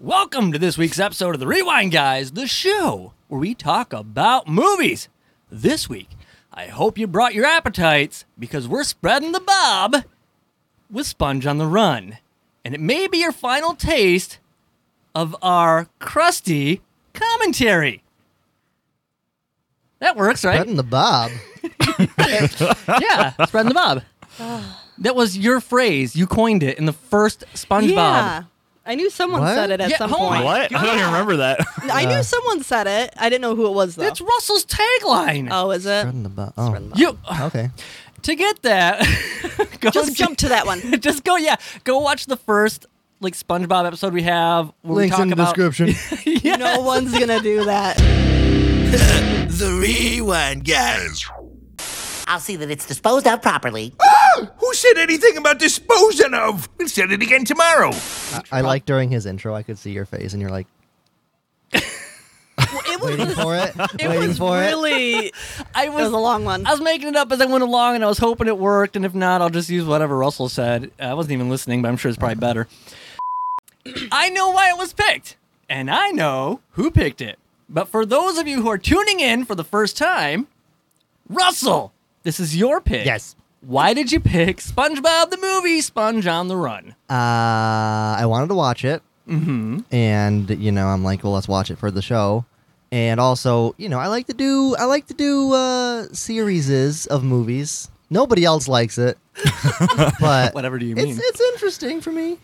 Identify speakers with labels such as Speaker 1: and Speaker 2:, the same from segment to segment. Speaker 1: Welcome to this week's episode of The Rewind Guys, the show where we talk about movies. This week, I hope you brought your appetites because we're spreading the bob with Sponge on the Run. And it may be your final taste of our crusty commentary. That works, right?
Speaker 2: Spreading the bob.
Speaker 1: yeah, spreading the bob. that was your phrase. You coined it in the first SpongeBob.
Speaker 3: Yeah. I knew someone
Speaker 2: What?
Speaker 3: said it at
Speaker 1: Yeah, oh
Speaker 3: some
Speaker 1: hold on.
Speaker 3: point.
Speaker 4: What? I don't even remember that.
Speaker 3: I knew someone said it. I didn't know who it was though.
Speaker 1: That's Russell's tagline.
Speaker 3: oh, is it?
Speaker 2: Spreading the bob. Oh.
Speaker 1: You
Speaker 2: Okay.
Speaker 1: to get that. go
Speaker 3: Just
Speaker 1: see-
Speaker 3: jump to that one.
Speaker 1: Just go. Yeah, go watch the first like SpongeBob episode we have. Where we
Speaker 2: Links
Speaker 1: talk
Speaker 2: in the
Speaker 1: about-
Speaker 2: description.
Speaker 1: Yes.
Speaker 3: No one's gonna do that.
Speaker 5: The Rewind Guys.
Speaker 6: I'll see that it's disposed of properly.
Speaker 4: Ah! Who said anything about disposing of? We'll send it again tomorrow.
Speaker 2: I, I like during his intro, I could see your face, and you're like
Speaker 3: It was,
Speaker 2: waiting for it,
Speaker 3: it
Speaker 2: waiting
Speaker 3: was
Speaker 2: for it.
Speaker 3: really. It
Speaker 1: I
Speaker 3: was
Speaker 1: was.
Speaker 3: a long one.
Speaker 1: I was making it up as I went along, and I was hoping it worked. And if not, I'll just use whatever Russell said. Uh, I wasn't even listening, but I'm sure it's probably better. I know why it was picked, and I know who picked it. But for those of you who are tuning in for the first time, Russell, this is your pick.
Speaker 2: Yes.
Speaker 1: Why did you pick SpongeBob the movie, Sponge on the Run?
Speaker 2: Uh, I wanted to watch it, mm-hmm. and you know, I'm like, well, let's watch it for the show. And also, you know, I like to do I like to do uh series of movies. Nobody else likes it, but
Speaker 1: Whatever do you
Speaker 2: it's
Speaker 1: mean?
Speaker 2: it's interesting for me.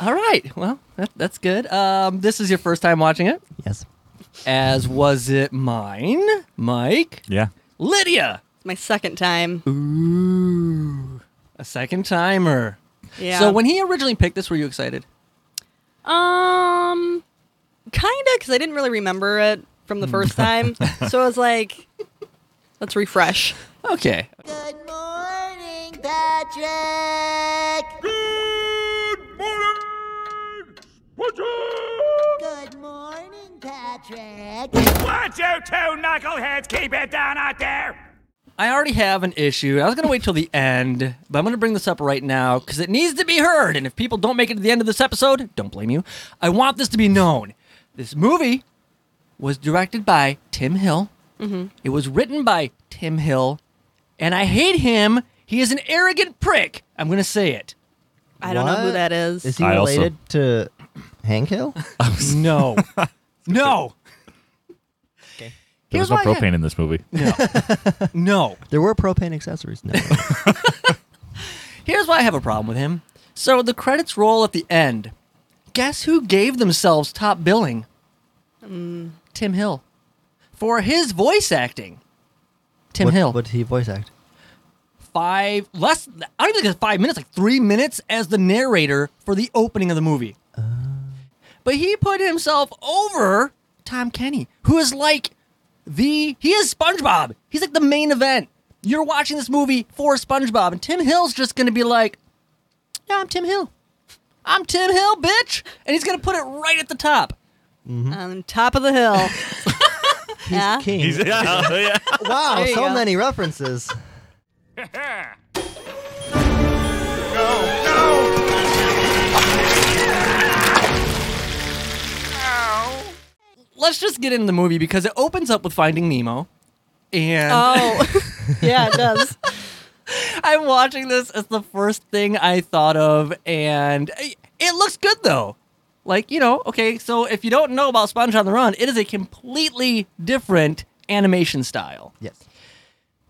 Speaker 1: All right. Well, that, that's good. Um, this is your first time watching it,
Speaker 2: Yes.
Speaker 1: as was it mine, Mike,
Speaker 4: Yeah.
Speaker 1: Lydia,
Speaker 3: My second time.
Speaker 1: a second timer.
Speaker 3: Yeah.
Speaker 1: So when he originally picked this, were you excited?
Speaker 3: um, kinda, because I didn't really remember it from the first time, so I was like, let's refresh.
Speaker 1: Okay.
Speaker 6: Good morning, Patrick. Good morning, Patrick.
Speaker 7: Watch you two knuckleheads keep it down out there!
Speaker 1: I already have an issue. I was going to wait till the end, but I'm going to bring this up right now because it needs to be heard. And if people don't make it to the end of this episode, don't blame you. I want this to be known. This movie was directed by Tim Hill. It was written by Tim Hill, and I hate him. He is an arrogant prick. I'm going to say it.
Speaker 3: I don't know who
Speaker 2: What?
Speaker 3: that is.
Speaker 2: Is he
Speaker 4: I also-
Speaker 2: related to Hank Hill?
Speaker 1: No. no.
Speaker 4: There was
Speaker 1: Here's
Speaker 4: no
Speaker 1: why I-
Speaker 4: propane in this movie.
Speaker 1: No.
Speaker 2: there were propane accessories. No.
Speaker 1: Here's why I have a problem with him. So the credits roll at the end. Guess who gave themselves top billing? Tim Hill. For his voice acting. Tim
Speaker 2: what,
Speaker 1: Hill.
Speaker 2: What did he voice act?
Speaker 1: Five less I don't even think it's five minutes, like three minutes as the narrator for the opening of the movie. But he put himself over Tom Kenny, who is like the he is SpongeBob. He's like the main event. You're watching this movie for SpongeBob, and Tim Hill's just gonna be like, "Yeah, I'm Tim Hill. I'm Tim Hill, bitch," and he's gonna put it right at the top.
Speaker 3: On top of the hill. yeah.
Speaker 2: King.
Speaker 4: yeah, yeah.
Speaker 2: Wow,
Speaker 3: There you
Speaker 2: so
Speaker 3: go.
Speaker 2: many references.
Speaker 1: Let's just get into the movie because it opens up with Finding Nemo, and
Speaker 3: Oh. yeah, it does.
Speaker 1: I'm watching this as the first thing I thought of, and it- it looks good though. Like, you know, okay, so if you don't know about Sponge on the Run, it is a completely different animation style.
Speaker 2: Yes.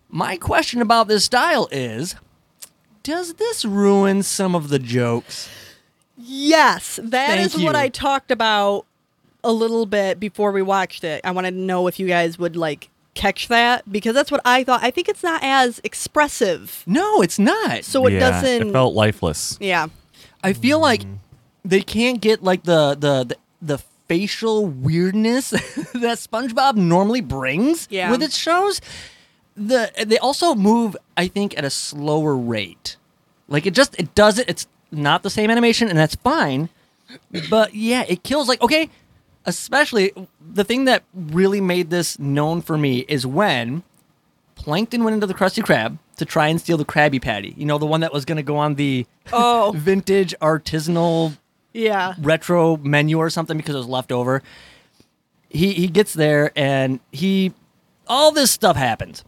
Speaker 1: My question about this style is does this ruin some of the jokes?
Speaker 3: Yes, that
Speaker 1: Thank
Speaker 3: is what
Speaker 1: you.
Speaker 3: I talked about a little bit before we watched it. I wanted to know if you guys would like catch that because that's what I thought. I think it's not as expressive,
Speaker 1: No, it's not.
Speaker 3: so it doesn't.
Speaker 4: It felt lifeless.
Speaker 3: yeah,
Speaker 1: I feel like they can't get like the the the, the facial weirdness that SpongeBob normally brings
Speaker 3: Yeah.
Speaker 1: with its shows. The they also move, I think, at a slower rate. Like it just it does it. It's not the same animation, and that's fine. But yeah, it kills. Like okay, especially the thing that really made this known for me is when Plankton went into the Krusty Krab to try and steal the Krabby Patty. You know, the one that was going to go on the
Speaker 3: Oh.
Speaker 1: vintage artisanal
Speaker 3: Yeah.
Speaker 1: retro menu or something because it was left over. He he gets there and he all this stuff happens.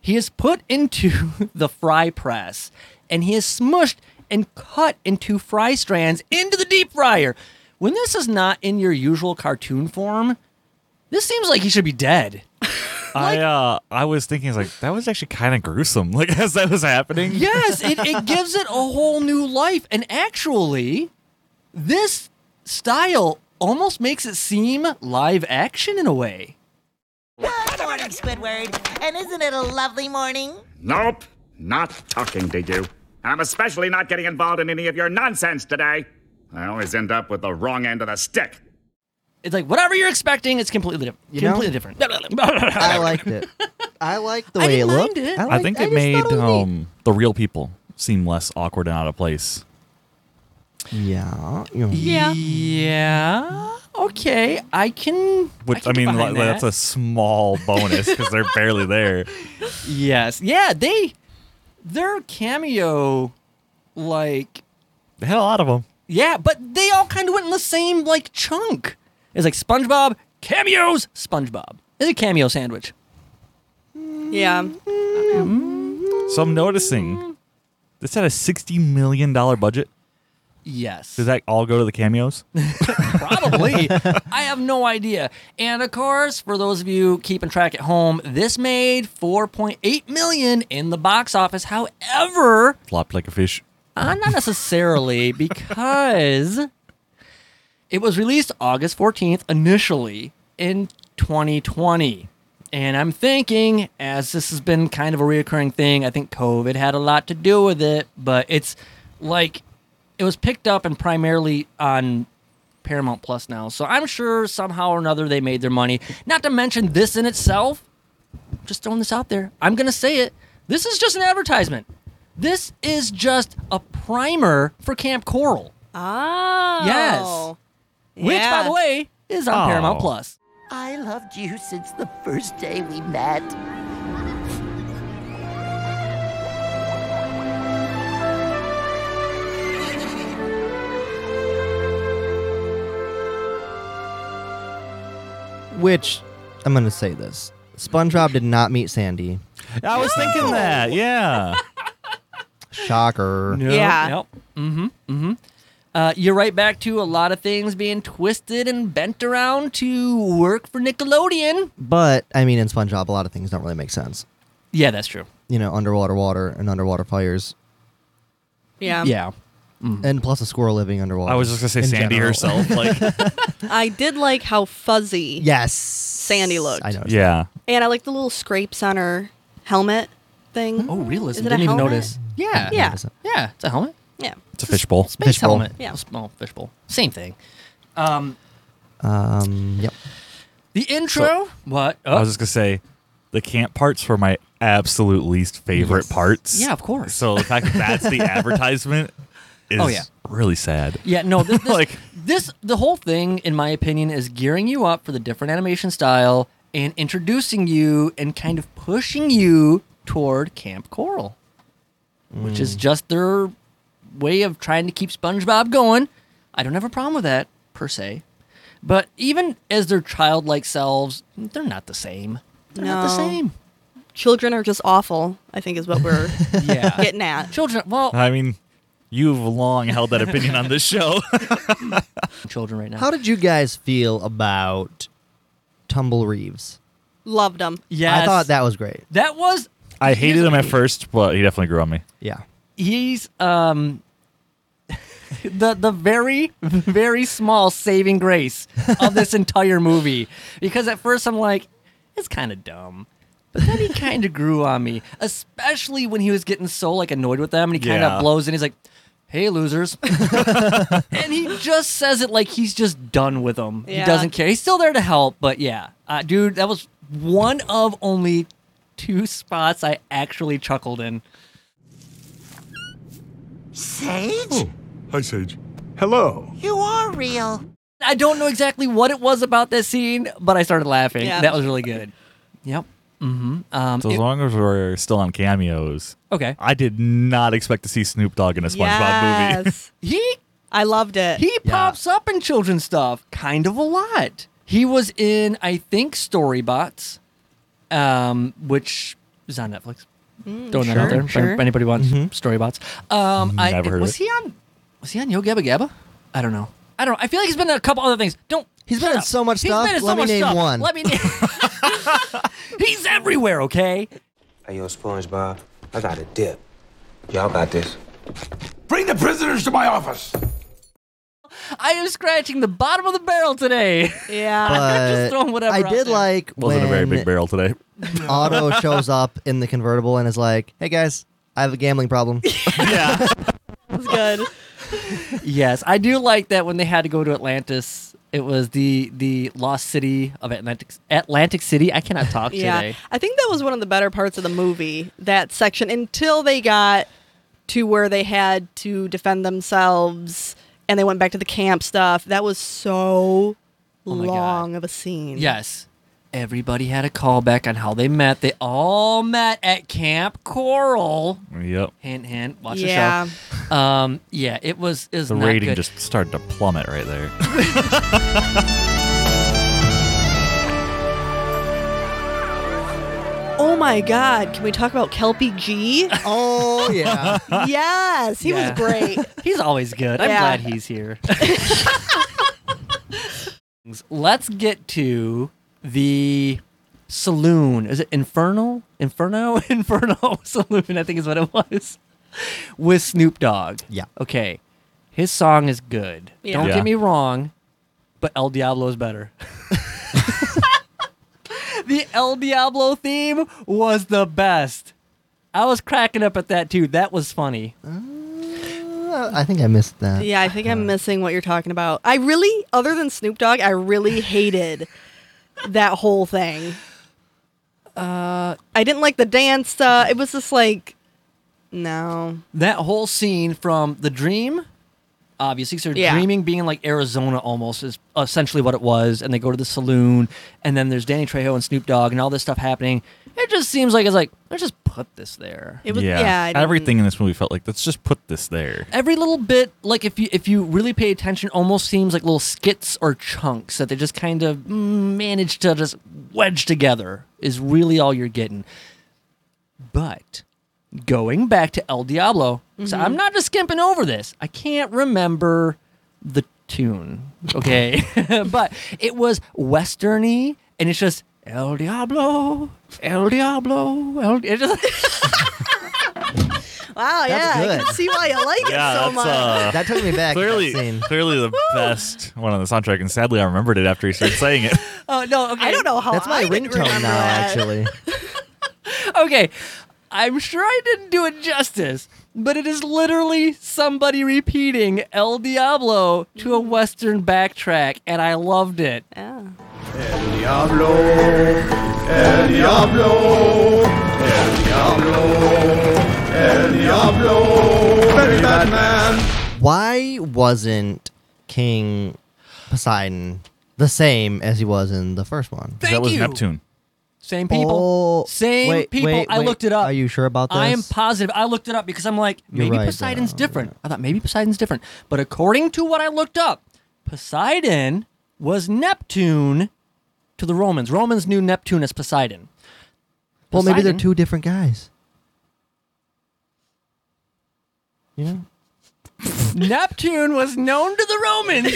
Speaker 1: He is put into the fry press and he is smushed and cut into fry strands into the deep fryer. When this is not in your usual cartoon form, this seems like he should be dead.
Speaker 8: I uh, I was thinking, I was like, that was actually kind of gruesome. Like as that was happening.
Speaker 1: Yes, it, it gives it a whole new life. And actually, this style almost makes it seem live action in a way.
Speaker 6: Good morning, Squidward. And isn't it a lovely morning?
Speaker 7: Nope, not talking to you. I'm especially not getting involved in any of your nonsense today. I always end up with the wrong end of the stick.
Speaker 1: It's like whatever you're expecting, it's completely different.
Speaker 2: know?
Speaker 1: completely different.
Speaker 2: I liked it. I liked the
Speaker 1: I
Speaker 2: way it
Speaker 1: didn't mind
Speaker 2: looked.
Speaker 1: it.
Speaker 2: I,
Speaker 8: I
Speaker 2: liked-
Speaker 8: think
Speaker 2: I
Speaker 8: it
Speaker 2: just
Speaker 8: made
Speaker 2: thought it was neat.
Speaker 8: um, the real people seem less awkward and out of place.
Speaker 2: Yeah. you know.
Speaker 3: Yeah.
Speaker 1: yeah. Okay. I can.
Speaker 8: Which
Speaker 1: can
Speaker 8: I,
Speaker 1: get
Speaker 8: mean,
Speaker 1: behind
Speaker 8: like, that's a
Speaker 1: that.
Speaker 8: small bonus because they're barely there.
Speaker 1: yes. Yeah. They, their cameo, like
Speaker 8: They had a lot of them.
Speaker 1: Yeah, but they all kind of went in the same like chunk. It's like SpongeBob cameos, SpongeBob. It's a cameo sandwich.
Speaker 3: Yeah.
Speaker 8: So I'm noticing this had a sixty million dollar budget.
Speaker 1: Yes,
Speaker 8: Does that all go to the cameos?
Speaker 1: probably. I have no idea. And of course, for those of you keeping track at home, this made 4.8 million in the box office. However,
Speaker 8: Flopped like a fish.
Speaker 1: Uh, not necessarily, because it was released August 14th initially in 2020. And I'm thinking, as this has been kind of a reoccurring thing, I think COVID had a lot to do with it, but it's like it was picked up and primarily on Paramount Plus now. So I'm sure somehow or another they made their money. Not to mention, this in itself just throwing this out there. I'm going to say it. This is just an advertisement. This is just a primer for Camp Coral,
Speaker 3: Oh.
Speaker 1: which, by the
Speaker 3: Yeah.
Speaker 1: way, is on
Speaker 8: Oh.
Speaker 1: Paramount Plus.
Speaker 6: I loved you since the first day we met.
Speaker 2: Which I'm gonna say this. SpongeBob did not meet Sandy.
Speaker 8: I was thinking that. Yeah.
Speaker 2: Shocker.
Speaker 3: Yeah.
Speaker 1: Yep. Mm-hmm. Mm-hmm. Uh, you're right back to a lot of things being twisted and bent around to work for Nickelodeon.
Speaker 2: But I mean, in SpongeBob, a lot of things don't really make sense.
Speaker 1: Yeah, that's true.
Speaker 2: You know, underwater water and underwater fires,
Speaker 3: Yeah.
Speaker 1: yeah.
Speaker 2: and plus a squirrel living underwater.
Speaker 8: I was just gonna say
Speaker 2: in
Speaker 8: Sandy
Speaker 2: general.
Speaker 8: herself. Like,
Speaker 3: I did like how fuzzy.
Speaker 2: Yes.
Speaker 3: Sandy looked.
Speaker 2: I noticed.
Speaker 8: yeah.
Speaker 3: And I like the little scrapes on her helmet thing.
Speaker 1: Oh, realism.
Speaker 3: Is it a
Speaker 1: Didn't even
Speaker 3: helmet?
Speaker 1: notice. Yeah.
Speaker 3: Yeah.
Speaker 2: Notice it.
Speaker 1: Yeah. It's a helmet.
Speaker 3: Yeah.
Speaker 8: It's a fishbowl.
Speaker 1: Space
Speaker 2: Fishbowl.
Speaker 1: helmet.
Speaker 3: Yeah.
Speaker 1: Small fishbowl. Same thing.
Speaker 2: Um. Yep.
Speaker 1: The intro. what?
Speaker 8: I was just gonna say the camp parts were my absolute least favorite parts.
Speaker 1: Yeah, of course.
Speaker 8: So the fact that that's the advertisement is
Speaker 1: Oh, yeah.
Speaker 8: really sad.
Speaker 1: Yeah, no, this, this,
Speaker 8: Like-
Speaker 1: this the whole thing, in my opinion, is gearing you up for the different animation style and introducing you and kind of pushing you toward Camp Coral, which is just their way of trying to keep SpongeBob going. I don't have a problem with that per se, but even as their childlike selves, they're not the same. They're not the
Speaker 3: No.
Speaker 1: same.
Speaker 3: Children are just awful, I think is what we're
Speaker 1: Yeah,
Speaker 3: getting at.
Speaker 1: children. Well,
Speaker 8: I mean, you've long held that opinion on this show.
Speaker 1: children right now.
Speaker 2: How did you guys feel about Tumble Reeves?
Speaker 3: Loved them.
Speaker 1: yes,
Speaker 2: I thought that was great.
Speaker 1: that was
Speaker 8: I hated him at first, but he definitely grew on me.
Speaker 2: Yeah.
Speaker 1: he's um the the very very small saving grace of this entire movie because at first I'm like it's kind of dumb but then he kind of grew on me especially when he was getting so like annoyed with them and he kind of
Speaker 8: Yeah.
Speaker 1: blows and he's like hey losers and he just says it like he's just done with them he
Speaker 3: Yeah.
Speaker 1: doesn't care he's still there to help but yeah uh, dude that was one of only two spots I actually chuckled in
Speaker 6: Sage,
Speaker 4: Hi, Sage.
Speaker 7: Hello.
Speaker 6: you are real.
Speaker 1: I don't know exactly what it was about that scene, but I started laughing.
Speaker 3: Yeah.
Speaker 1: That was really good. Yep. Mm-hmm. Um,
Speaker 8: So as
Speaker 1: it-
Speaker 8: long as we're still on cameos,
Speaker 1: okay.
Speaker 8: I did not expect to see Snoop Dogg in a SpongeBob movie.
Speaker 3: yes.
Speaker 1: He
Speaker 3: I loved it.
Speaker 1: He
Speaker 2: Yeah.
Speaker 1: pops up in children's stuff kind of a lot. He was in, I think, Storybots, um, which is on Netflix. Throwing that out
Speaker 3: sure,
Speaker 1: there. if
Speaker 3: sure.
Speaker 1: Anybody wants Storybots? Um, I,
Speaker 8: Never heard of
Speaker 1: was
Speaker 8: it.
Speaker 1: he on? Was he on Yo Gabba Gabba? I don't know. I don't. know. I feel like he's been in a couple other things. Don't.
Speaker 2: He's been
Speaker 1: shut
Speaker 2: in
Speaker 1: up.
Speaker 2: so much
Speaker 1: He's
Speaker 2: stuff.
Speaker 1: been in so
Speaker 2: Let me
Speaker 1: much
Speaker 2: name
Speaker 1: stuff.
Speaker 2: one.
Speaker 1: Let me. name- he's everywhere. Okay.
Speaker 9: Hey, yo, SpongeBob, I got a dip. Y'all got this.
Speaker 4: Bring the prisoners to my office.
Speaker 1: I am scratching the bottom of the barrel today.
Speaker 3: yeah.
Speaker 2: But
Speaker 1: Just throwing whatever
Speaker 2: Uh, I
Speaker 1: out
Speaker 2: did
Speaker 1: there.
Speaker 2: like
Speaker 8: Wasn't
Speaker 2: when
Speaker 8: a very big barrel today.
Speaker 2: Otto shows up in the convertible and is like, "Hey guys, I have a gambling problem."
Speaker 1: Yeah.
Speaker 3: That's good.
Speaker 1: Yes, I do like that when they had to go to Atlantis. It was the the lost city of Atlantic Atlantic City. I cannot talk
Speaker 3: Yeah.
Speaker 1: today.
Speaker 3: I think that was one of the better parts of the movie, that section, until they got to where they had to defend themselves and they went back to the camp stuff. That was so
Speaker 1: Oh my God.
Speaker 3: long of a scene.
Speaker 1: Yes. Everybody had a callback on how they met. They all met at Camp Coral.
Speaker 8: Yep.
Speaker 1: Hint, hint. Watch
Speaker 3: Yeah.
Speaker 1: the show. Um, yeah, it was is
Speaker 8: The
Speaker 1: not
Speaker 8: rating
Speaker 1: good.
Speaker 8: just started to plummet right there.
Speaker 3: Oh my God. Can we talk about Kelpie G?
Speaker 2: oh yeah.
Speaker 3: yes. He
Speaker 1: Yeah.
Speaker 3: was great.
Speaker 1: He's always good. I'm
Speaker 3: Yeah.
Speaker 1: glad he's here. Let's get to the saloon. Is it Infernal? Inferno? Inferno Saloon, I think is what it was. With Snoop Dogg.
Speaker 2: Yeah.
Speaker 1: Okay. His song is good.
Speaker 3: Yeah.
Speaker 1: Don't
Speaker 8: Yeah.
Speaker 1: get me wrong, but El Diablo is better. the El Diablo theme was the best. I was cracking up at that too. That was funny.
Speaker 2: Uh, I think I missed that.
Speaker 3: Yeah, I think I'm missing what you're talking about. I really, other than Snoop Dogg, I really hated that whole thing. Uh, I didn't like the dance stuff. It was just like, no.
Speaker 1: that whole scene from the dream obviously so they're
Speaker 3: Yeah.
Speaker 1: dreaming being in, like arizona almost is essentially what it was and they go to the saloon and then there's danny trejo and snoop dogg and all this stuff happening it just seems like it's like let's just put this there
Speaker 3: It was yeah. I didn't-
Speaker 8: Everything in this movie felt like let's just put this there.
Speaker 1: every little bit like if you if you really pay attention almost seems like little skits or chunks that they just kind of mm, manage to just wedge together is really all you're getting but going back to el diablo
Speaker 3: Mm-hmm.
Speaker 1: so i'm not just skimping over this i can't remember the tune okay but it was westerny and it's just el diablo el diablo el it just
Speaker 3: Wow,
Speaker 2: That's
Speaker 3: yeah, I
Speaker 2: good. uh,
Speaker 3: can see why you like it so much.
Speaker 8: uh,
Speaker 2: That took me back. to that
Speaker 8: clearly
Speaker 2: scene.
Speaker 8: clearly the best one on the soundtrack, and sadly I remembered it after he started saying it.
Speaker 1: oh no okay
Speaker 3: I don't know how
Speaker 2: That's my
Speaker 3: I didn't
Speaker 2: ringtone now,
Speaker 3: remember that.
Speaker 2: actually.
Speaker 1: okay. I'm sure I didn't do it justice, but it is literally somebody repeating El Diablo to a Western backtrack, and I loved it.
Speaker 3: Yeah.
Speaker 2: Why wasn't King Poseidon the same as he was in the first one?
Speaker 1: Thank
Speaker 8: that was
Speaker 1: you.
Speaker 8: Neptune.
Speaker 1: Same people.
Speaker 2: Oh,
Speaker 1: same
Speaker 2: wait,
Speaker 1: people.
Speaker 2: wait,
Speaker 1: I
Speaker 2: wait.
Speaker 1: looked it up.
Speaker 2: Are you sure about this?
Speaker 1: I am positive. I looked it up because I'm like,
Speaker 2: You're
Speaker 1: maybe
Speaker 2: right,
Speaker 1: Poseidon's
Speaker 2: though.
Speaker 1: different. I thought maybe Poseidon's different. But according to what I looked up, Poseidon was Neptune to the Romans. Romans knew Neptune as Poseidon.
Speaker 2: Well, maybe they're
Speaker 1: Poseidon-
Speaker 2: two different guys. You know?
Speaker 1: Neptune was known to the Romans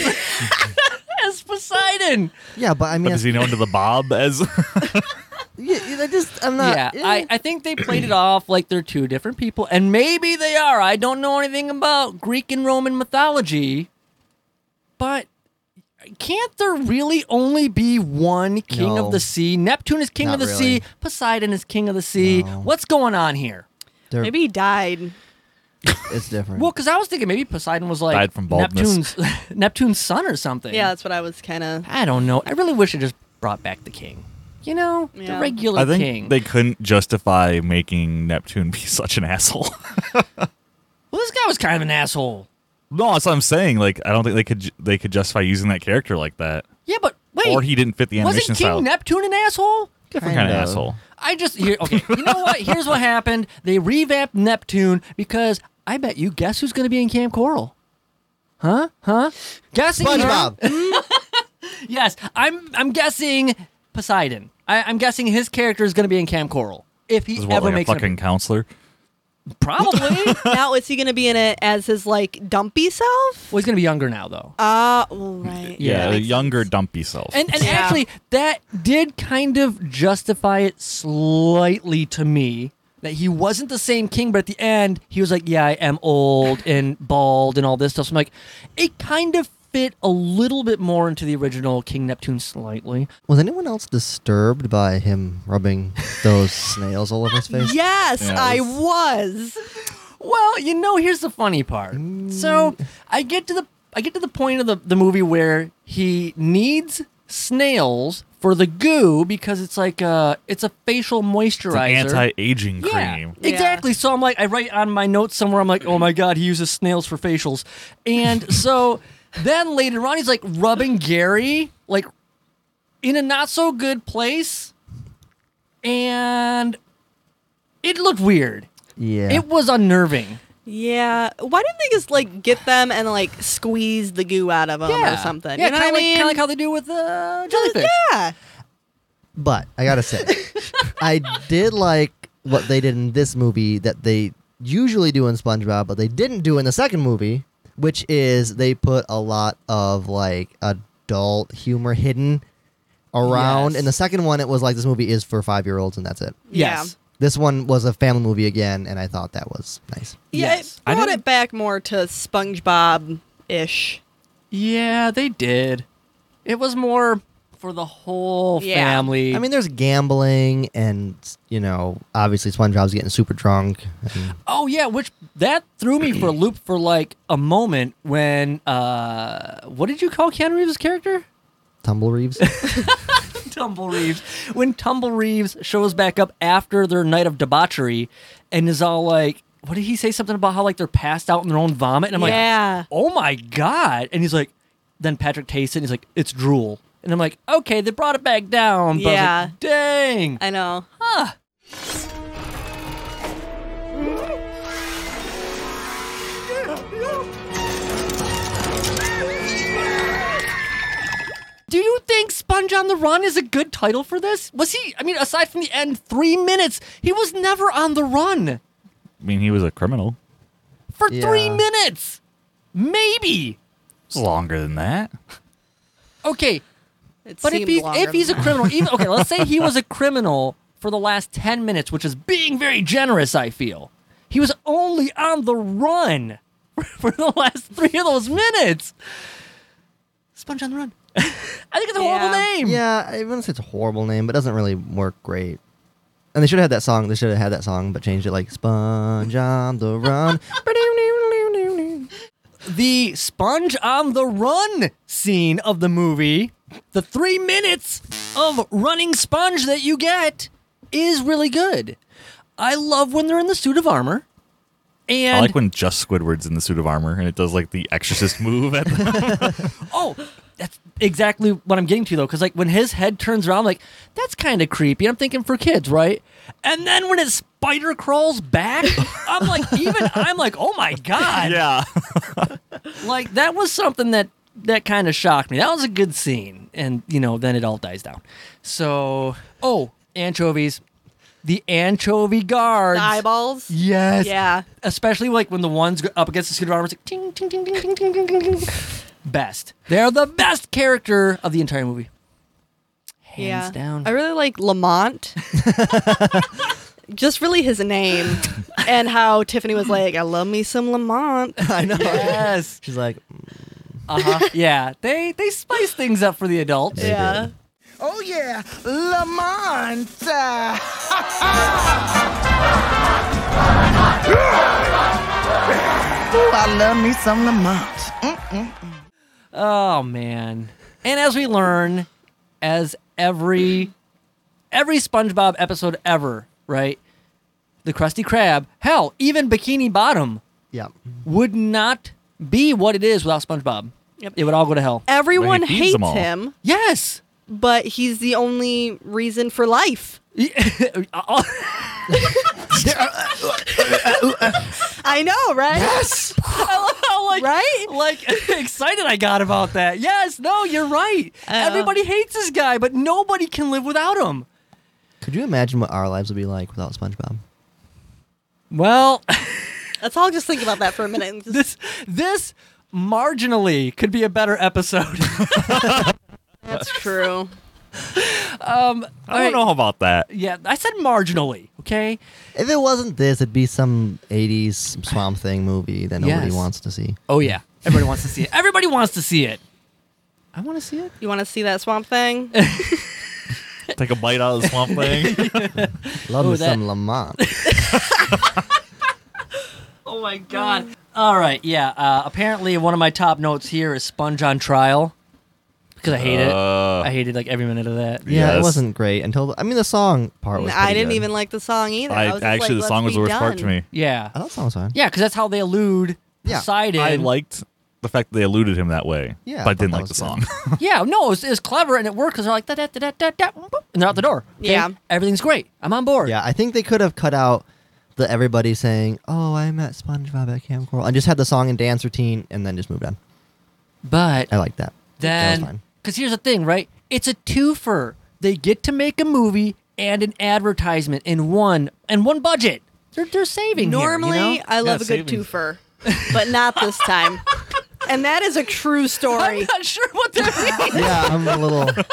Speaker 1: as Poseidon.
Speaker 2: Yeah, but I mean,
Speaker 8: But is he known to the Bob as
Speaker 2: yeah, Uh, yeah, I just I'm not.
Speaker 1: yeah, I, I think they played it off like they're two different people, and maybe they are. I don't know anything about Greek and Roman mythology, but can't there really only be one king
Speaker 2: No.
Speaker 1: of the sea? Neptune is king
Speaker 2: Not
Speaker 1: of the sea,
Speaker 2: really.
Speaker 1: Poseidon is king of the sea.
Speaker 2: No.
Speaker 1: What's going on here?
Speaker 2: They're-
Speaker 3: Maybe he died.
Speaker 2: it's different.
Speaker 1: Well, because I was thinking maybe Poseidon was like
Speaker 8: Died from baldness.
Speaker 1: Neptune's Neptune's son or something.
Speaker 3: Yeah, that's what I was kind of.
Speaker 1: I don't know. I really wish it just brought back the king. You know, the
Speaker 3: Yeah.
Speaker 1: regular
Speaker 8: I think
Speaker 1: king.
Speaker 8: they couldn't justify making Neptune be such an asshole.
Speaker 1: well, this guy was kind of an asshole.
Speaker 8: no, that's what I'm saying. Like I don't think they could ju- they could justify using that character like that.
Speaker 1: Yeah, but wait.
Speaker 8: or he didn't fit the
Speaker 1: wasn't King
Speaker 8: animation style.
Speaker 1: Neptune an asshole?
Speaker 8: Different kind of
Speaker 2: Kind of.
Speaker 8: asshole.
Speaker 1: I just here. Okay, you know what? Here's what happened. They revamped Neptune because I bet you. Guess who's going to be in Camp Coral? Huh? Huh? Guessing.
Speaker 2: SpongeBob.
Speaker 1: Yes, I'm. I'm guessing Poseidon. I, I'm guessing his character is going to be in Cam Coral if he
Speaker 8: Is
Speaker 1: ever
Speaker 8: what, like a
Speaker 1: makes an
Speaker 8: fucking counselor?
Speaker 1: appearance. probably.
Speaker 3: now is he going to be in it as his like dumpy self?
Speaker 1: Well, he's gonna be younger now, though.
Speaker 3: Uh, oh, right.
Speaker 1: Yeah,
Speaker 8: Yeah,
Speaker 1: that
Speaker 8: the
Speaker 3: makes
Speaker 8: younger dumpy self.
Speaker 1: And and
Speaker 3: Yeah.
Speaker 1: actually, that did kind of justify it slightly to me that he wasn't the same king, but at the end, he was like, "Yeah, I am old and bald and all this stuff." So I'm like, it kind of fit a little bit more into the original King Neptune slightly.
Speaker 2: Was anyone else disturbed by him rubbing those snails all over his face?
Speaker 3: Yes,
Speaker 8: Yeah,
Speaker 3: I
Speaker 8: it
Speaker 3: was.
Speaker 1: Well, you know, here's the funny part. So I get to the I get to the point of the, the movie where he needs snails for the goo because it's like a it's a facial
Speaker 8: It's an
Speaker 1: moisturizer.
Speaker 8: anti-aging
Speaker 1: Yeah,
Speaker 8: cream.
Speaker 1: Exactly. So I'm like, I write on my notes somewhere, I'm like, oh my God, he uses snails for facials. And so then later on, he's like rubbing Gary, like in a not so good place. And it looked weird.
Speaker 2: Yeah.
Speaker 1: It was unnerving.
Speaker 3: Yeah. Why didn't they just like get them and like squeeze the goo out of them
Speaker 1: Yeah.
Speaker 3: or something?
Speaker 1: Yeah,
Speaker 3: you know what I
Speaker 1: kinda like,
Speaker 3: mean?
Speaker 1: Kind of like how they do with uh, jellyfish.
Speaker 3: yeah.
Speaker 2: But I gotta say, I did like what they did in this movie that they usually do in SpongeBob, but they didn't do in the second movie, which is they put a lot of like adult humor hidden around.
Speaker 1: Yes.
Speaker 2: In the second one, it was like this movie is for five year olds and that's it.
Speaker 1: Yes.
Speaker 2: This one was a family movie again, and I thought that was nice.
Speaker 3: Yeah,
Speaker 1: Yes.
Speaker 8: I
Speaker 3: it brought
Speaker 8: didn't-
Speaker 3: it back more to SpongeBob ish.
Speaker 1: Yeah, they did. It was more for the whole
Speaker 3: Yeah.
Speaker 1: family.
Speaker 2: I mean, there's gambling, and you know, obviously SpongeBob's getting super drunk. and-
Speaker 1: Oh yeah, which that threw me for a loop for like a moment when uh what did you call Keanu Reeves' character?
Speaker 2: Tumble Reeves.
Speaker 1: Tumble Reeves. When Tumble Reeves shows back up after their night of debauchery and is all like what did he say something about how like they're passed out in their own vomit? And I'm
Speaker 3: Yeah.
Speaker 1: like, oh my god! And he's like, then Patrick tastes it. and He's like, it's drool. And I'm like, okay, they brought it back down. But I was
Speaker 3: Yeah.
Speaker 1: like, dang.
Speaker 3: I know.
Speaker 1: Do you think Sponge on the Run is a good title for this? Was he, I mean, aside from the end three minutes, he was never on the run
Speaker 8: I mean, he was a criminal.
Speaker 1: for three
Speaker 2: Yeah.
Speaker 1: minutes. Maybe.
Speaker 8: It's longer than that.
Speaker 1: Okay,
Speaker 3: It
Speaker 1: but if
Speaker 3: seemed
Speaker 1: he's,
Speaker 3: longer
Speaker 1: if he's a
Speaker 3: than that.
Speaker 1: criminal, even, okay, let's say he was a criminal for the last 10 minutes, which is being very generous, I feel. He was only on the run for the last three of those minutes. Sponge on the Run. I think it's a horrible
Speaker 3: Yeah.
Speaker 1: name.
Speaker 2: Yeah, I wouldn't say it's a horrible name, but it doesn't really work great. And they should have had that song. They should have had that song, but changed it like Sponge on the Run.
Speaker 1: the sponge on the run scene of the movie, the three minutes of running sponge that you get is really good. I love when they're in the suit of armor. And
Speaker 8: I like when just Squidward's in the suit of armor and it does like the exorcist move at the
Speaker 1: oh, that's exactly what I'm getting to though, because like when his head turns around, I'm like that's kind of creepy. I'm thinking for kids, right? And then when his spider crawls back, I'm like, even I'm like, oh my god,
Speaker 8: Yeah.
Speaker 1: like that was something that that kind of shocked me. That was a good scene, and you know, then it all dies down. So, oh, anchovies, the anchovy guards.
Speaker 3: The eyeballs.
Speaker 1: Yes.
Speaker 3: Yeah.
Speaker 1: Especially like when the ones go up against the suit of armor, it's like ting ting ting ting ting ting ting ting. ting. Best. They're the best character of the entire movie. Hands
Speaker 3: yeah.
Speaker 1: down.
Speaker 3: I really like Lamont. Just really his name and how Tiffany was like, I love me some Lamont.
Speaker 2: I know.
Speaker 1: yes.
Speaker 2: She's like, mm,
Speaker 1: Uh huh. yeah. They they spice things up for the adults.
Speaker 3: Yeah.
Speaker 5: Oh, yeah, Lamont. Uh, Ooh, I love me some Lamont.
Speaker 1: Oh man. And as we learn, as every every SpongeBob episode ever, right? The Krusty Krab, hell, even Bikini Bottom
Speaker 2: yeah.
Speaker 1: would not be what it is without SpongeBob.
Speaker 3: Yep.
Speaker 1: It would all go to hell.
Speaker 3: Everyone
Speaker 8: Well, he feeds
Speaker 3: hates
Speaker 8: them all.
Speaker 3: him,
Speaker 1: Yes.
Speaker 3: but he's the only reason for life. I know, right?
Speaker 1: I love how how like
Speaker 3: Right?
Speaker 1: like excited I got about that. Yes, no, you're right. Everybody hates this guy, but nobody can live without him.
Speaker 2: Could you imagine what our lives would be like without SpongeBob?
Speaker 1: Well,
Speaker 3: Let's all just think about that for a minute. and just-
Speaker 1: this this marginally could be a better episode.
Speaker 3: That's true.
Speaker 8: I don't know about that.
Speaker 1: yeah, I said marginally, okay?
Speaker 2: If it wasn't this, it'd be some '80s Swamp Thing movie that nobody
Speaker 1: Yes.
Speaker 2: wants to see.
Speaker 1: Oh yeah. Everybody wants to see it. Everybody wants to see it. I want to see it.
Speaker 3: You want to see that swamp thing?
Speaker 8: Take a bite out of the swamp thing.
Speaker 2: Love
Speaker 1: Oh,
Speaker 2: me
Speaker 1: that-
Speaker 2: some Lamont.
Speaker 1: Oh my god. All right, yeah. Uh, apparently, one of my top notes here is Sponge on Trial because I hate it.
Speaker 8: Uh.
Speaker 1: I hated like every minute of that.
Speaker 2: Yeah, it
Speaker 8: Yes.
Speaker 2: wasn't great until the, I mean the song part was.
Speaker 3: I
Speaker 2: pretty
Speaker 3: didn't
Speaker 2: good.
Speaker 3: even like the song either. I,
Speaker 8: I,
Speaker 3: was just
Speaker 8: actually,
Speaker 3: like,
Speaker 8: the song
Speaker 3: "Let's
Speaker 8: was the
Speaker 3: be
Speaker 8: worst part to
Speaker 3: done."
Speaker 8: me.
Speaker 1: Yeah,
Speaker 2: I thought Oh, that song was fine.
Speaker 1: yeah, because that's how they allude
Speaker 2: Uh. Yeah.
Speaker 1: Poseidon.
Speaker 8: I liked the fact that they alluded him that way.
Speaker 2: Yeah, I
Speaker 8: but I
Speaker 2: thought
Speaker 8: didn't
Speaker 2: that
Speaker 8: like the
Speaker 2: was
Speaker 8: song.
Speaker 2: good.
Speaker 1: Yeah, no, it's it's clever and it worked because they're like da da da da da boop, and they're out the door. okay?
Speaker 3: Yeah.
Speaker 1: everything's great. I'm on board.
Speaker 2: Yeah, I think they could have cut out the everybody saying, "Oh, I met SpongeBob at Camp Coral," and just had the song and dance routine, and then just moved on.
Speaker 1: but
Speaker 2: I like that. that was
Speaker 1: then
Speaker 2: fine.
Speaker 1: because here's the thing, right? It's a twofer. They get to make a movie and an advertisement in one and one budget. They're they're saving. here, you
Speaker 3: Normally,
Speaker 1: know?
Speaker 3: I love
Speaker 8: Yeah,
Speaker 3: a good
Speaker 8: savings.
Speaker 3: twofer, but not this time. and that is a true
Speaker 1: I'm
Speaker 3: story.
Speaker 1: not sure what that means.
Speaker 2: Yeah, I'm a little.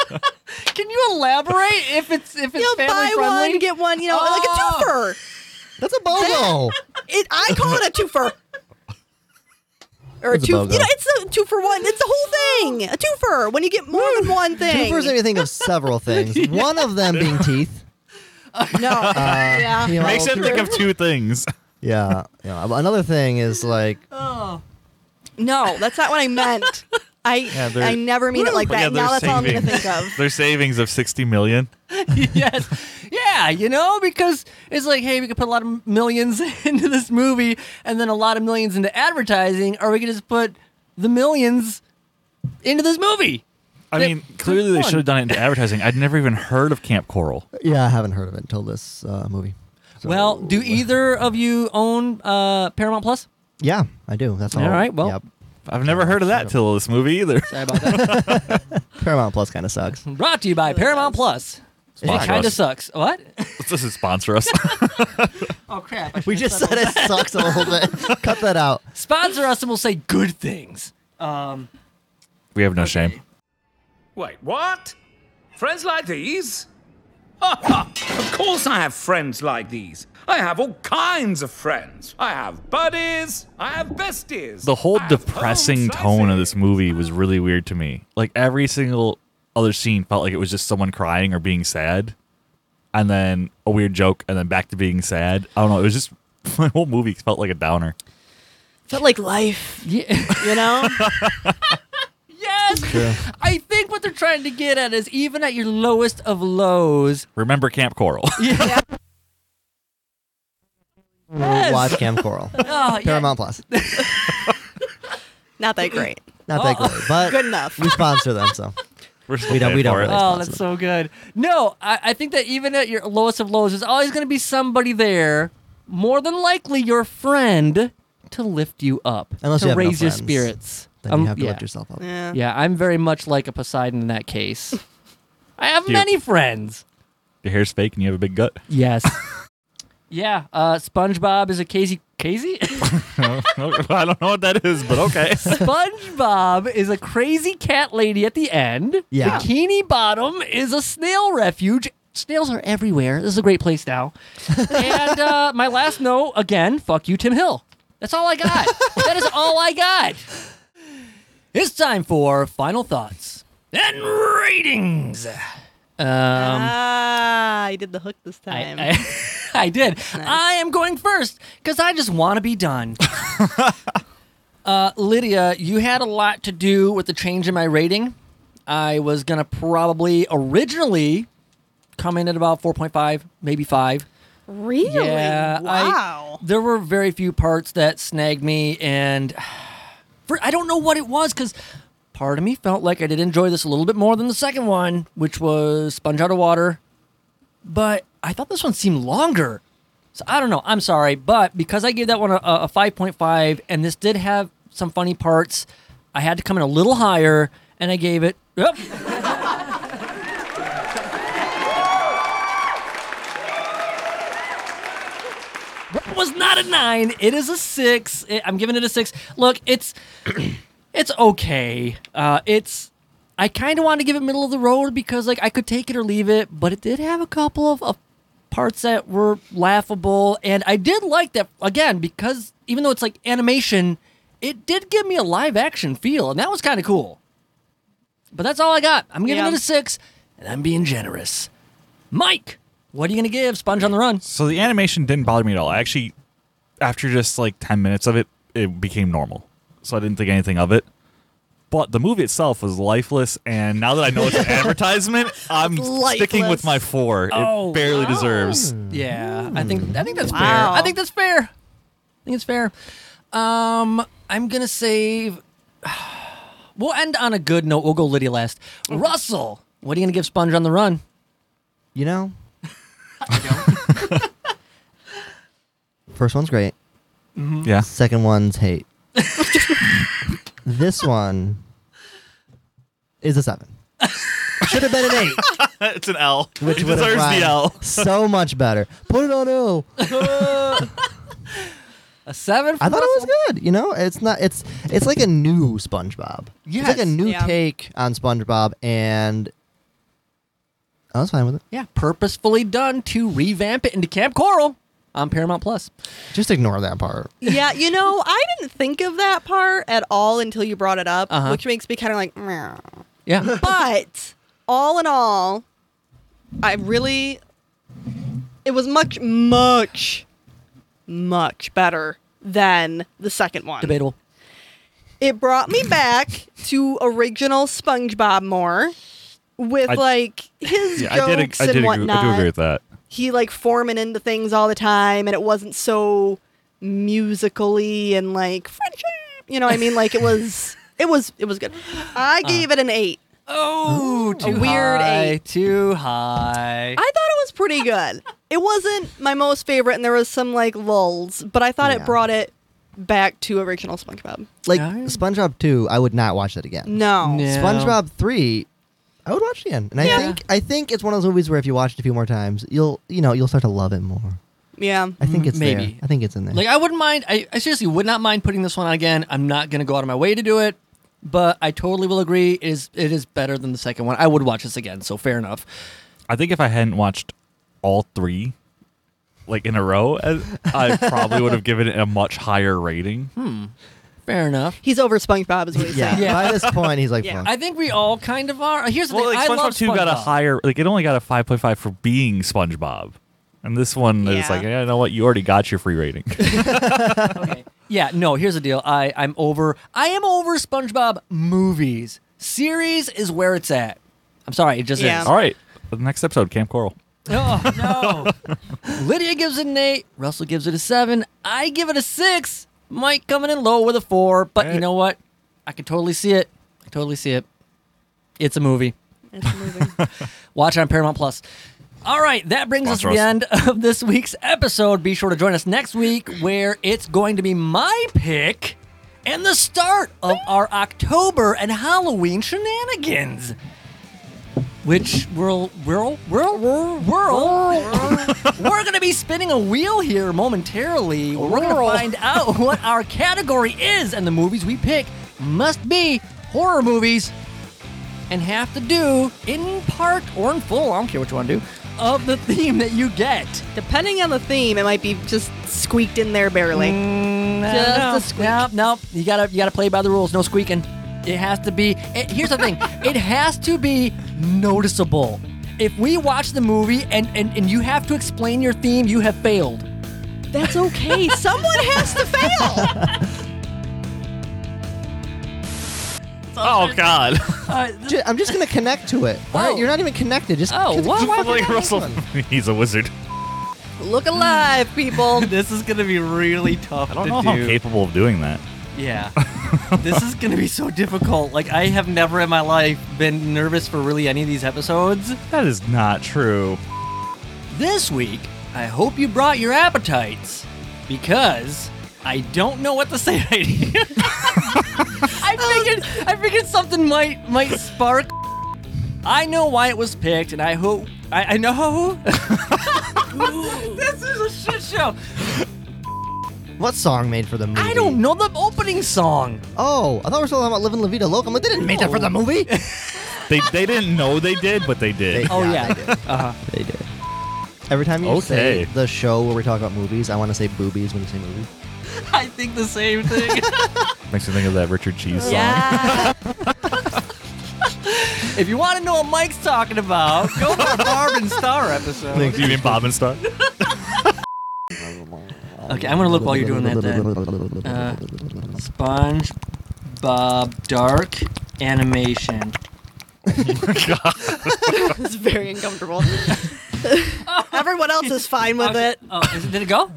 Speaker 1: Can you elaborate if it's if it's
Speaker 3: You'll
Speaker 1: family
Speaker 3: buy
Speaker 1: friendly?
Speaker 3: one, get one. You know,
Speaker 1: Oh.
Speaker 3: like a twofer.
Speaker 2: That's a bogo.
Speaker 3: It, I call it a twofer. Or a
Speaker 2: It's a
Speaker 3: two, you know,
Speaker 2: BOGO.
Speaker 3: it's a two for one. It's the whole thing. A two for when you get more than one thing.
Speaker 2: Troopers made me think of several things. One of them being teeth.
Speaker 3: no, yeah,
Speaker 2: You know,
Speaker 8: Makes him think of two things.
Speaker 2: Yeah, yeah. Another thing is like,
Speaker 3: no, that's not what I meant. I
Speaker 8: they're-
Speaker 3: I never mean it like
Speaker 8: But
Speaker 3: that.
Speaker 8: yeah,
Speaker 3: now
Speaker 8: their
Speaker 3: that's all I'm gonna
Speaker 8: savings-
Speaker 3: think of.
Speaker 8: Their savings of sixty million.
Speaker 1: yes. Yeah, you know, because it's like, hey, we could put a lot of millions into this movie and then a lot of millions into advertising, or we could just put the millions into this movie.
Speaker 8: I
Speaker 1: They-
Speaker 8: mean, clearly they
Speaker 1: fun.
Speaker 8: should have done it into advertising. I'd never even heard of Camp Coral.
Speaker 2: yeah, I haven't heard of it until this uh, movie. So-
Speaker 1: Well, do either of you own uh, Paramount Plus?
Speaker 2: Yeah, I do. That's all.
Speaker 1: All right, well.
Speaker 2: Yep.
Speaker 8: I've never heard of that till this movie either.
Speaker 1: Sorry about that.
Speaker 2: Paramount Plus kind of sucks.
Speaker 1: Brought to you by Paramount Plus. It
Speaker 8: Sponsor
Speaker 1: kind of
Speaker 8: us.
Speaker 1: sucks. What?
Speaker 8: This is sponsor us.
Speaker 1: Oh crap! I
Speaker 2: We just said it sucks a little bit. Cut that out.
Speaker 1: sponsor us and we'll say good things. Um,
Speaker 8: we have no shame.
Speaker 4: Wait, what? Friends like these? of course I have friends like these. I have all kinds of friends. I have buddies. I have besties.
Speaker 8: The whole
Speaker 4: I have oh,
Speaker 8: depressing
Speaker 4: homes, I
Speaker 8: tone of
Speaker 4: see.
Speaker 8: this movie was really weird to me. Like every single other scene felt like it was just someone crying or being sad, and then a weird joke, and then back to being sad. I don't know. It was just my whole movie felt like a downer.
Speaker 3: Felt like life,
Speaker 1: yeah.
Speaker 3: you know.
Speaker 1: Yes. I think what they're trying to get at is even at your lowest of lows.
Speaker 8: Remember Camp Coral?
Speaker 1: Yes.
Speaker 2: Watch Cam Coral.
Speaker 1: Oh, yeah.
Speaker 2: Paramount Plus.
Speaker 3: not that great.
Speaker 2: Not that great, but
Speaker 3: Good enough.
Speaker 2: we sponsor them, so
Speaker 8: We're still
Speaker 2: We don't-
Speaker 8: paying
Speaker 2: we don't
Speaker 8: for it.
Speaker 2: really.
Speaker 1: Oh, that's so good. No, I, I think that even at your lowest of lows, there's always going to be somebody there, more than likely your friend, to lift you up,
Speaker 2: Unless
Speaker 1: to
Speaker 2: you have no
Speaker 1: raise your
Speaker 2: friends,
Speaker 1: spirits.
Speaker 2: then
Speaker 1: Um,
Speaker 2: you have to
Speaker 1: yeah.
Speaker 2: lift yourself up.
Speaker 3: Yeah.
Speaker 1: Yeah, I'm very much like a Poseidon in that case. I have
Speaker 8: Cute.
Speaker 1: many friends.
Speaker 8: Your hair's fake and you have a big gut.
Speaker 1: Yes. yeah, uh, SpongeBob is a Casey. Casey?
Speaker 8: I don't know what that is, but okay.
Speaker 1: SpongeBob is a crazy cat lady at the end.
Speaker 2: Yeah.
Speaker 1: Bikini Bottom is a snail refuge. Snails are everywhere. This is a great place now. and uh, my last note again, fuck you, Tim Hill. That's all I got. that is all I got. It's time for final thoughts and ratings. Um,
Speaker 3: ah, I did the hook this time.
Speaker 1: I, I, I did. I am going first because I just want to be done. uh, Lydia, you had a lot to do with the change in my rating. I was going to probably originally come in at about 4.5, maybe 5.
Speaker 3: really?
Speaker 1: Yeah. I-
Speaker 3: wow.
Speaker 1: there were very few parts that snagged me, and for, I don't know what it was because part of me felt like I did enjoy this a little bit more than the second one, which was Sponge Out of Water. But I thought this one seemed longer. So I don't know. I'm sorry. But because I gave that one a, a 5.5, and this did have some funny parts. I had to come in a little higher, and I gave it. oh, Yep. It was not a nine. It is a six. It- I'm giving it a six. Look, it's it's okay. Uh, it's I kind of wanted to give it middle of the road because like I could take it or leave it, but it did have a couple of, of parts that were laughable, and I did like that again because even though it's like animation, it did give me a live action feel, and that was kind of cool. But that's all I got. I'm giving
Speaker 3: Yeah.
Speaker 1: it a six, and I'm being generous. Mike, what are you gonna give Sponge on the Run?
Speaker 8: So the animation didn't bother me at all. I actually, after just like 10 minutes of it, it became normal. So I didn't think anything of it. But the movie itself was lifeless. And now that I know it's an advertisement, I'm sticking
Speaker 3: lifeless.
Speaker 8: with my four. It
Speaker 1: Oh,
Speaker 8: barely deserves.
Speaker 1: Yeah, I think I think that's
Speaker 3: Wow.
Speaker 1: fair. I think that's fair. I think it's fair. Um, I'm gonna save. We'll end on a good note. We'll go Liddy last. Russell, what are you gonna give Sponge on the Run?
Speaker 2: You know? First one's great.
Speaker 3: Mm.
Speaker 8: Yeah.
Speaker 2: Second one's hate. this one is a seven. Should have been an eight.
Speaker 8: it's an L.
Speaker 2: Which
Speaker 8: it
Speaker 2: would
Speaker 8: deserves
Speaker 2: have
Speaker 8: the L.
Speaker 2: So much better. Put it on L.
Speaker 1: A seven.
Speaker 2: I thought it was good. You know, it's not. It's it's like a new SpongeBob. Yeah, it's like
Speaker 1: Yes.
Speaker 2: a new
Speaker 3: Yeah.
Speaker 2: take on SpongeBob, and I was fine with it.
Speaker 1: yeah, purposefully done to revamp it into Camp Coral on Paramount Plus.
Speaker 2: Just ignore that part.
Speaker 3: yeah, you know, I didn't think of that part at all until you brought it up,
Speaker 1: Uh-huh.
Speaker 3: which makes me kind of like, "Meow."
Speaker 1: Yeah,
Speaker 3: but all in all, I really, it was much, much, much better than the second one.
Speaker 1: debatable.
Speaker 3: It brought me back to original SpongeBob more with
Speaker 8: I-
Speaker 3: like his
Speaker 8: Yeah, I did,
Speaker 3: jokes
Speaker 8: ag- I, did
Speaker 3: and
Speaker 8: agree,
Speaker 3: whatnot
Speaker 8: I do agree with that.
Speaker 3: he like forming into things all the time and it wasn't so musically and like friendship you know what i mean like it was it was it was good i
Speaker 8: Uh.
Speaker 3: gave it an eight
Speaker 1: Oh, too
Speaker 3: weird
Speaker 1: high,
Speaker 3: eight.
Speaker 1: Too high.
Speaker 3: i thought it was pretty good it wasn't my most favorite and there was some like lulls but i thought
Speaker 2: Yeah.
Speaker 3: it brought it back to original spongebob
Speaker 2: Like
Speaker 1: Yeah.
Speaker 2: SpongeBob two, I would not watch that again.
Speaker 3: no
Speaker 1: Yeah.
Speaker 2: SpongeBob three, I would watch again, and I think I think it's one of those movies where if you watch it a few more times, you'll you know you'll start to love it more.
Speaker 3: yeah
Speaker 2: I think it's
Speaker 1: Mm, Maybe.
Speaker 2: there. I think it's in there.
Speaker 1: Like I wouldn't mind. I, I seriously would not mind putting this one on again. I'm not gonna go out of my way to do it, but I totally will agree. It is it is better than the second one. I would watch this again. So fair enough.
Speaker 8: I think if I hadn't watched all three, like in a row, I probably would have given it a much higher rating.
Speaker 1: Fair enough.
Speaker 3: he's over spongebob is what he's
Speaker 2: yeah.
Speaker 3: saying
Speaker 1: Yeah.
Speaker 2: By this point, he's like,
Speaker 3: Yeah.
Speaker 2: fuck.
Speaker 1: I think we all kind of are. Here's the
Speaker 8: Well,
Speaker 1: thing.
Speaker 8: like
Speaker 1: I love
Speaker 8: SpongeBob Two got a
Speaker 1: SpongeBob.
Speaker 8: higher, like it only got a five point five for being SpongeBob, and this one
Speaker 3: Yeah.
Speaker 8: is like, yeah, you know what? You already got your free rating.
Speaker 1: Yeah, no, here's the deal. I I'm over I am over SpongeBob movies. Series is where it's at. I'm sorry, it just
Speaker 3: Yeah.
Speaker 1: is.
Speaker 8: All right, the next episode, Camp Coral.
Speaker 1: Oh no. Lydia gives it an eight. Russell gives it a seven. I give it a six. Mike coming in low with a four. But you
Speaker 8: Alright.
Speaker 1: know what? I can totally see it. I totally see it. It's a movie.
Speaker 3: It's moving.
Speaker 1: Watch it on Paramount Plus. All right, that brings us to the
Speaker 8: Sponsor us.
Speaker 1: end of this week's episode. Be sure to join us next week where it's going to be my pick and the start of our October and Halloween shenanigans. Which we'll whirl whirl whirl whirl We're gonna be spinning a wheel here momentarily. We're gonna find out what our category is, and the movies we pick must be horror movies and have to do in part or in full, I don't care what you want to do, of the theme that you get.
Speaker 3: depending on the theme it might be just squeaked in there barely Just
Speaker 1: no,
Speaker 3: a squeak.
Speaker 1: No, no, you gotta you gotta play by the rules. No squeaking. It has to be. It, here's the thing. it has to be noticeable. If we watch the movie and, and and you have to explain your theme, you have failed.
Speaker 3: that's okay someone has to fail
Speaker 8: Oh God!
Speaker 1: Uh,
Speaker 2: Ju- I'm just gonna connect to it. All right,
Speaker 1: Oh.
Speaker 2: you're not even connected. Just
Speaker 1: Oh,
Speaker 2: just-
Speaker 1: what?
Speaker 2: just
Speaker 1: Why
Speaker 2: fucking
Speaker 8: like
Speaker 2: pick
Speaker 8: Russell,
Speaker 2: one.
Speaker 8: he's a wizard.
Speaker 3: look alive people
Speaker 1: This is gonna be really tough
Speaker 8: I don't know how I'm capable of doing that.
Speaker 1: Yeah. this is going to be so difficult. Like, I have never in my life been nervous for really any of these episodes.
Speaker 8: That is not true.
Speaker 1: This week, I hope you brought your appetites because I don't know what to say right here. I figured I figured something might might spark. I know why it was picked, and I hope I, I know. this is a shit show.
Speaker 2: What song made for the movie?
Speaker 1: I don't know the opening song.
Speaker 2: Oh, I thought we were talking about Living La Vida Loca. I'm like, they didn't make that for the movie.
Speaker 8: They, they didn't know they did, but they did.
Speaker 1: Oh yeah.
Speaker 2: They did. They did. Every time you
Speaker 8: Okay.
Speaker 2: say the show where we talk about movies, I want to say boobies when you say movies.
Speaker 1: I think the same thing.
Speaker 8: Makes me think of that Richard Cheese song.
Speaker 3: Yeah.
Speaker 1: if you want to know what Mike's talking about, go for a Barb and Star episode.
Speaker 8: You mean Bob and Star?
Speaker 1: Okay, I'm gonna look while Oh, you're doing that. Then. Uh, SpongeBob Dark Animation.
Speaker 3: it's very uncomfortable. Everyone else is fine with
Speaker 1: Okay.
Speaker 3: it.
Speaker 1: Oh, is it, did it go?